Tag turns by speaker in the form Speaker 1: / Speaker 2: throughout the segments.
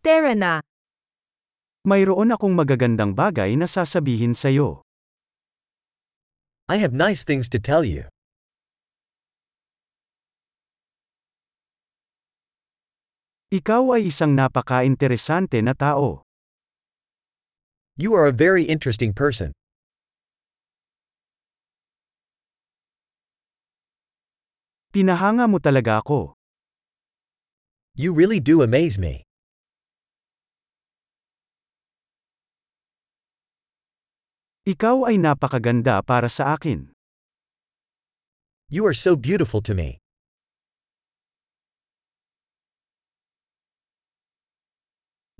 Speaker 1: Tara na.
Speaker 2: Mayroon akong magagandang bagay na sasabihin sa'yo.
Speaker 3: I have nice things to tell you.
Speaker 2: Ikaw ay isang napaka-interesante na tao.
Speaker 3: You are a very interesting person.
Speaker 2: Pinahanga mo talaga ako.
Speaker 3: You really do amaze me.
Speaker 2: Ikaw ay napakaganda para sa akin.
Speaker 3: You are so beautiful to me.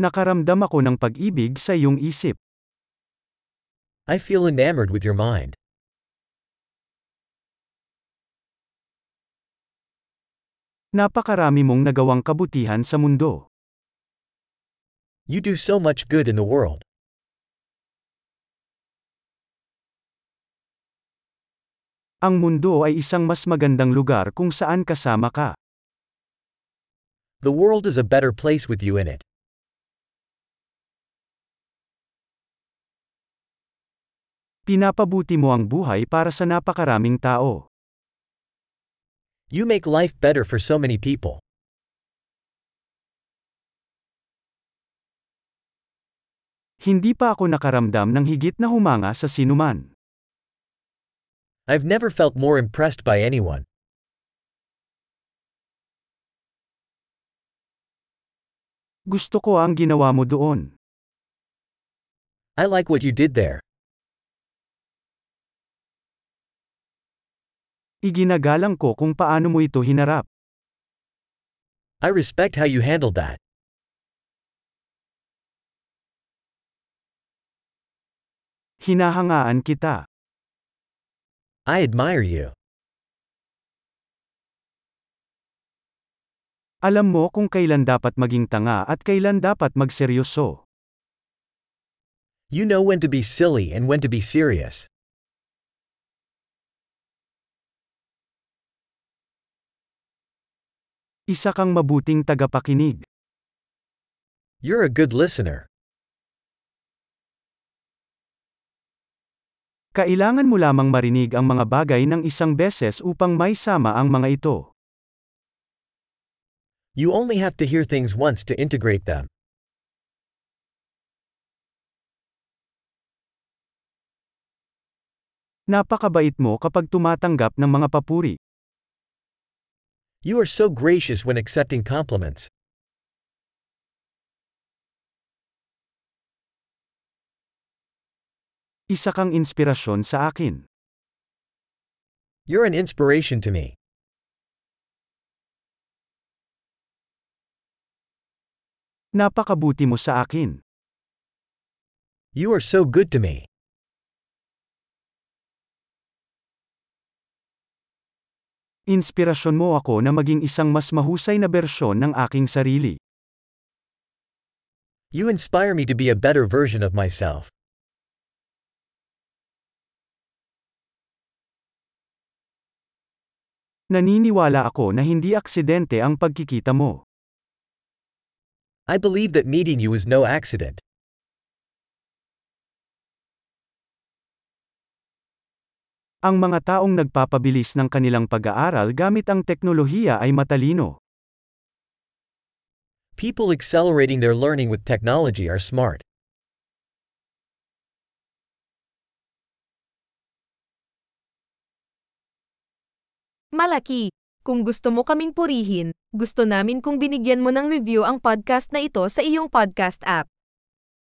Speaker 2: Nakaramdam ako ng pag-ibig sa iyong isip.
Speaker 3: I feel enamored with your mind.
Speaker 2: Napakarami mong nagawang kabutihan sa mundo.
Speaker 3: You do so much good in the world.
Speaker 2: Ang mundo ay isang mas magandang lugar kung saan kasama ka.
Speaker 3: The world is a better place with you in it.
Speaker 2: Pinapabuti mo ang buhay para sa napakaraming tao.
Speaker 3: You make life better for so many people.
Speaker 2: Hindi pa ako nakaramdam ng higit na humanga sa sinuman.
Speaker 3: I've never felt more impressed by anyone.
Speaker 2: Gusto ko ang ginawa mo doon.
Speaker 3: I like what you did there.
Speaker 2: Iginagalang ko kung paano mo ito hinarap.
Speaker 3: I respect how you handled that.
Speaker 2: Hinahangaan kita.
Speaker 3: I admire you.
Speaker 2: Alam mo kung kailan dapat maging tanga at kailan dapat magseryoso.
Speaker 3: You know when to be silly and when to be serious.
Speaker 2: Isa kang mabuting tagapakinig.
Speaker 3: You're a good listener.
Speaker 2: Kailangan mo lamang marinig ang mga bagay ng isang beses upang may sama ang mga ito.
Speaker 3: You only have to hear things once to integrate them.
Speaker 2: Napakabait mo kapag tumatanggap ng mga papuri.
Speaker 3: You are so gracious when accepting compliments.
Speaker 2: Isa kang inspirasyon sa akin.
Speaker 3: You're an inspiration to me.
Speaker 2: Napakabuti mo sa akin.
Speaker 3: You are so good to me.
Speaker 2: Inspirasyon mo ako na maging isang mas mahusay na bersyon ng aking sarili.
Speaker 3: You inspire me to be a better version of myself.
Speaker 2: Naniniwala ako na hindi aksidente ang pagkikita mo.
Speaker 3: I believe that meeting you is no accident.
Speaker 2: Ang mga taong nagpapabilis ng kanilang pag-aaral gamit ang teknolohiya ay matalino.
Speaker 3: People accelerating their learning with technology are smart.
Speaker 1: Malaki. Kung gusto mo kaming purihin, gusto namin kung binigyan mo ng review ang podcast na ito sa iyong podcast app.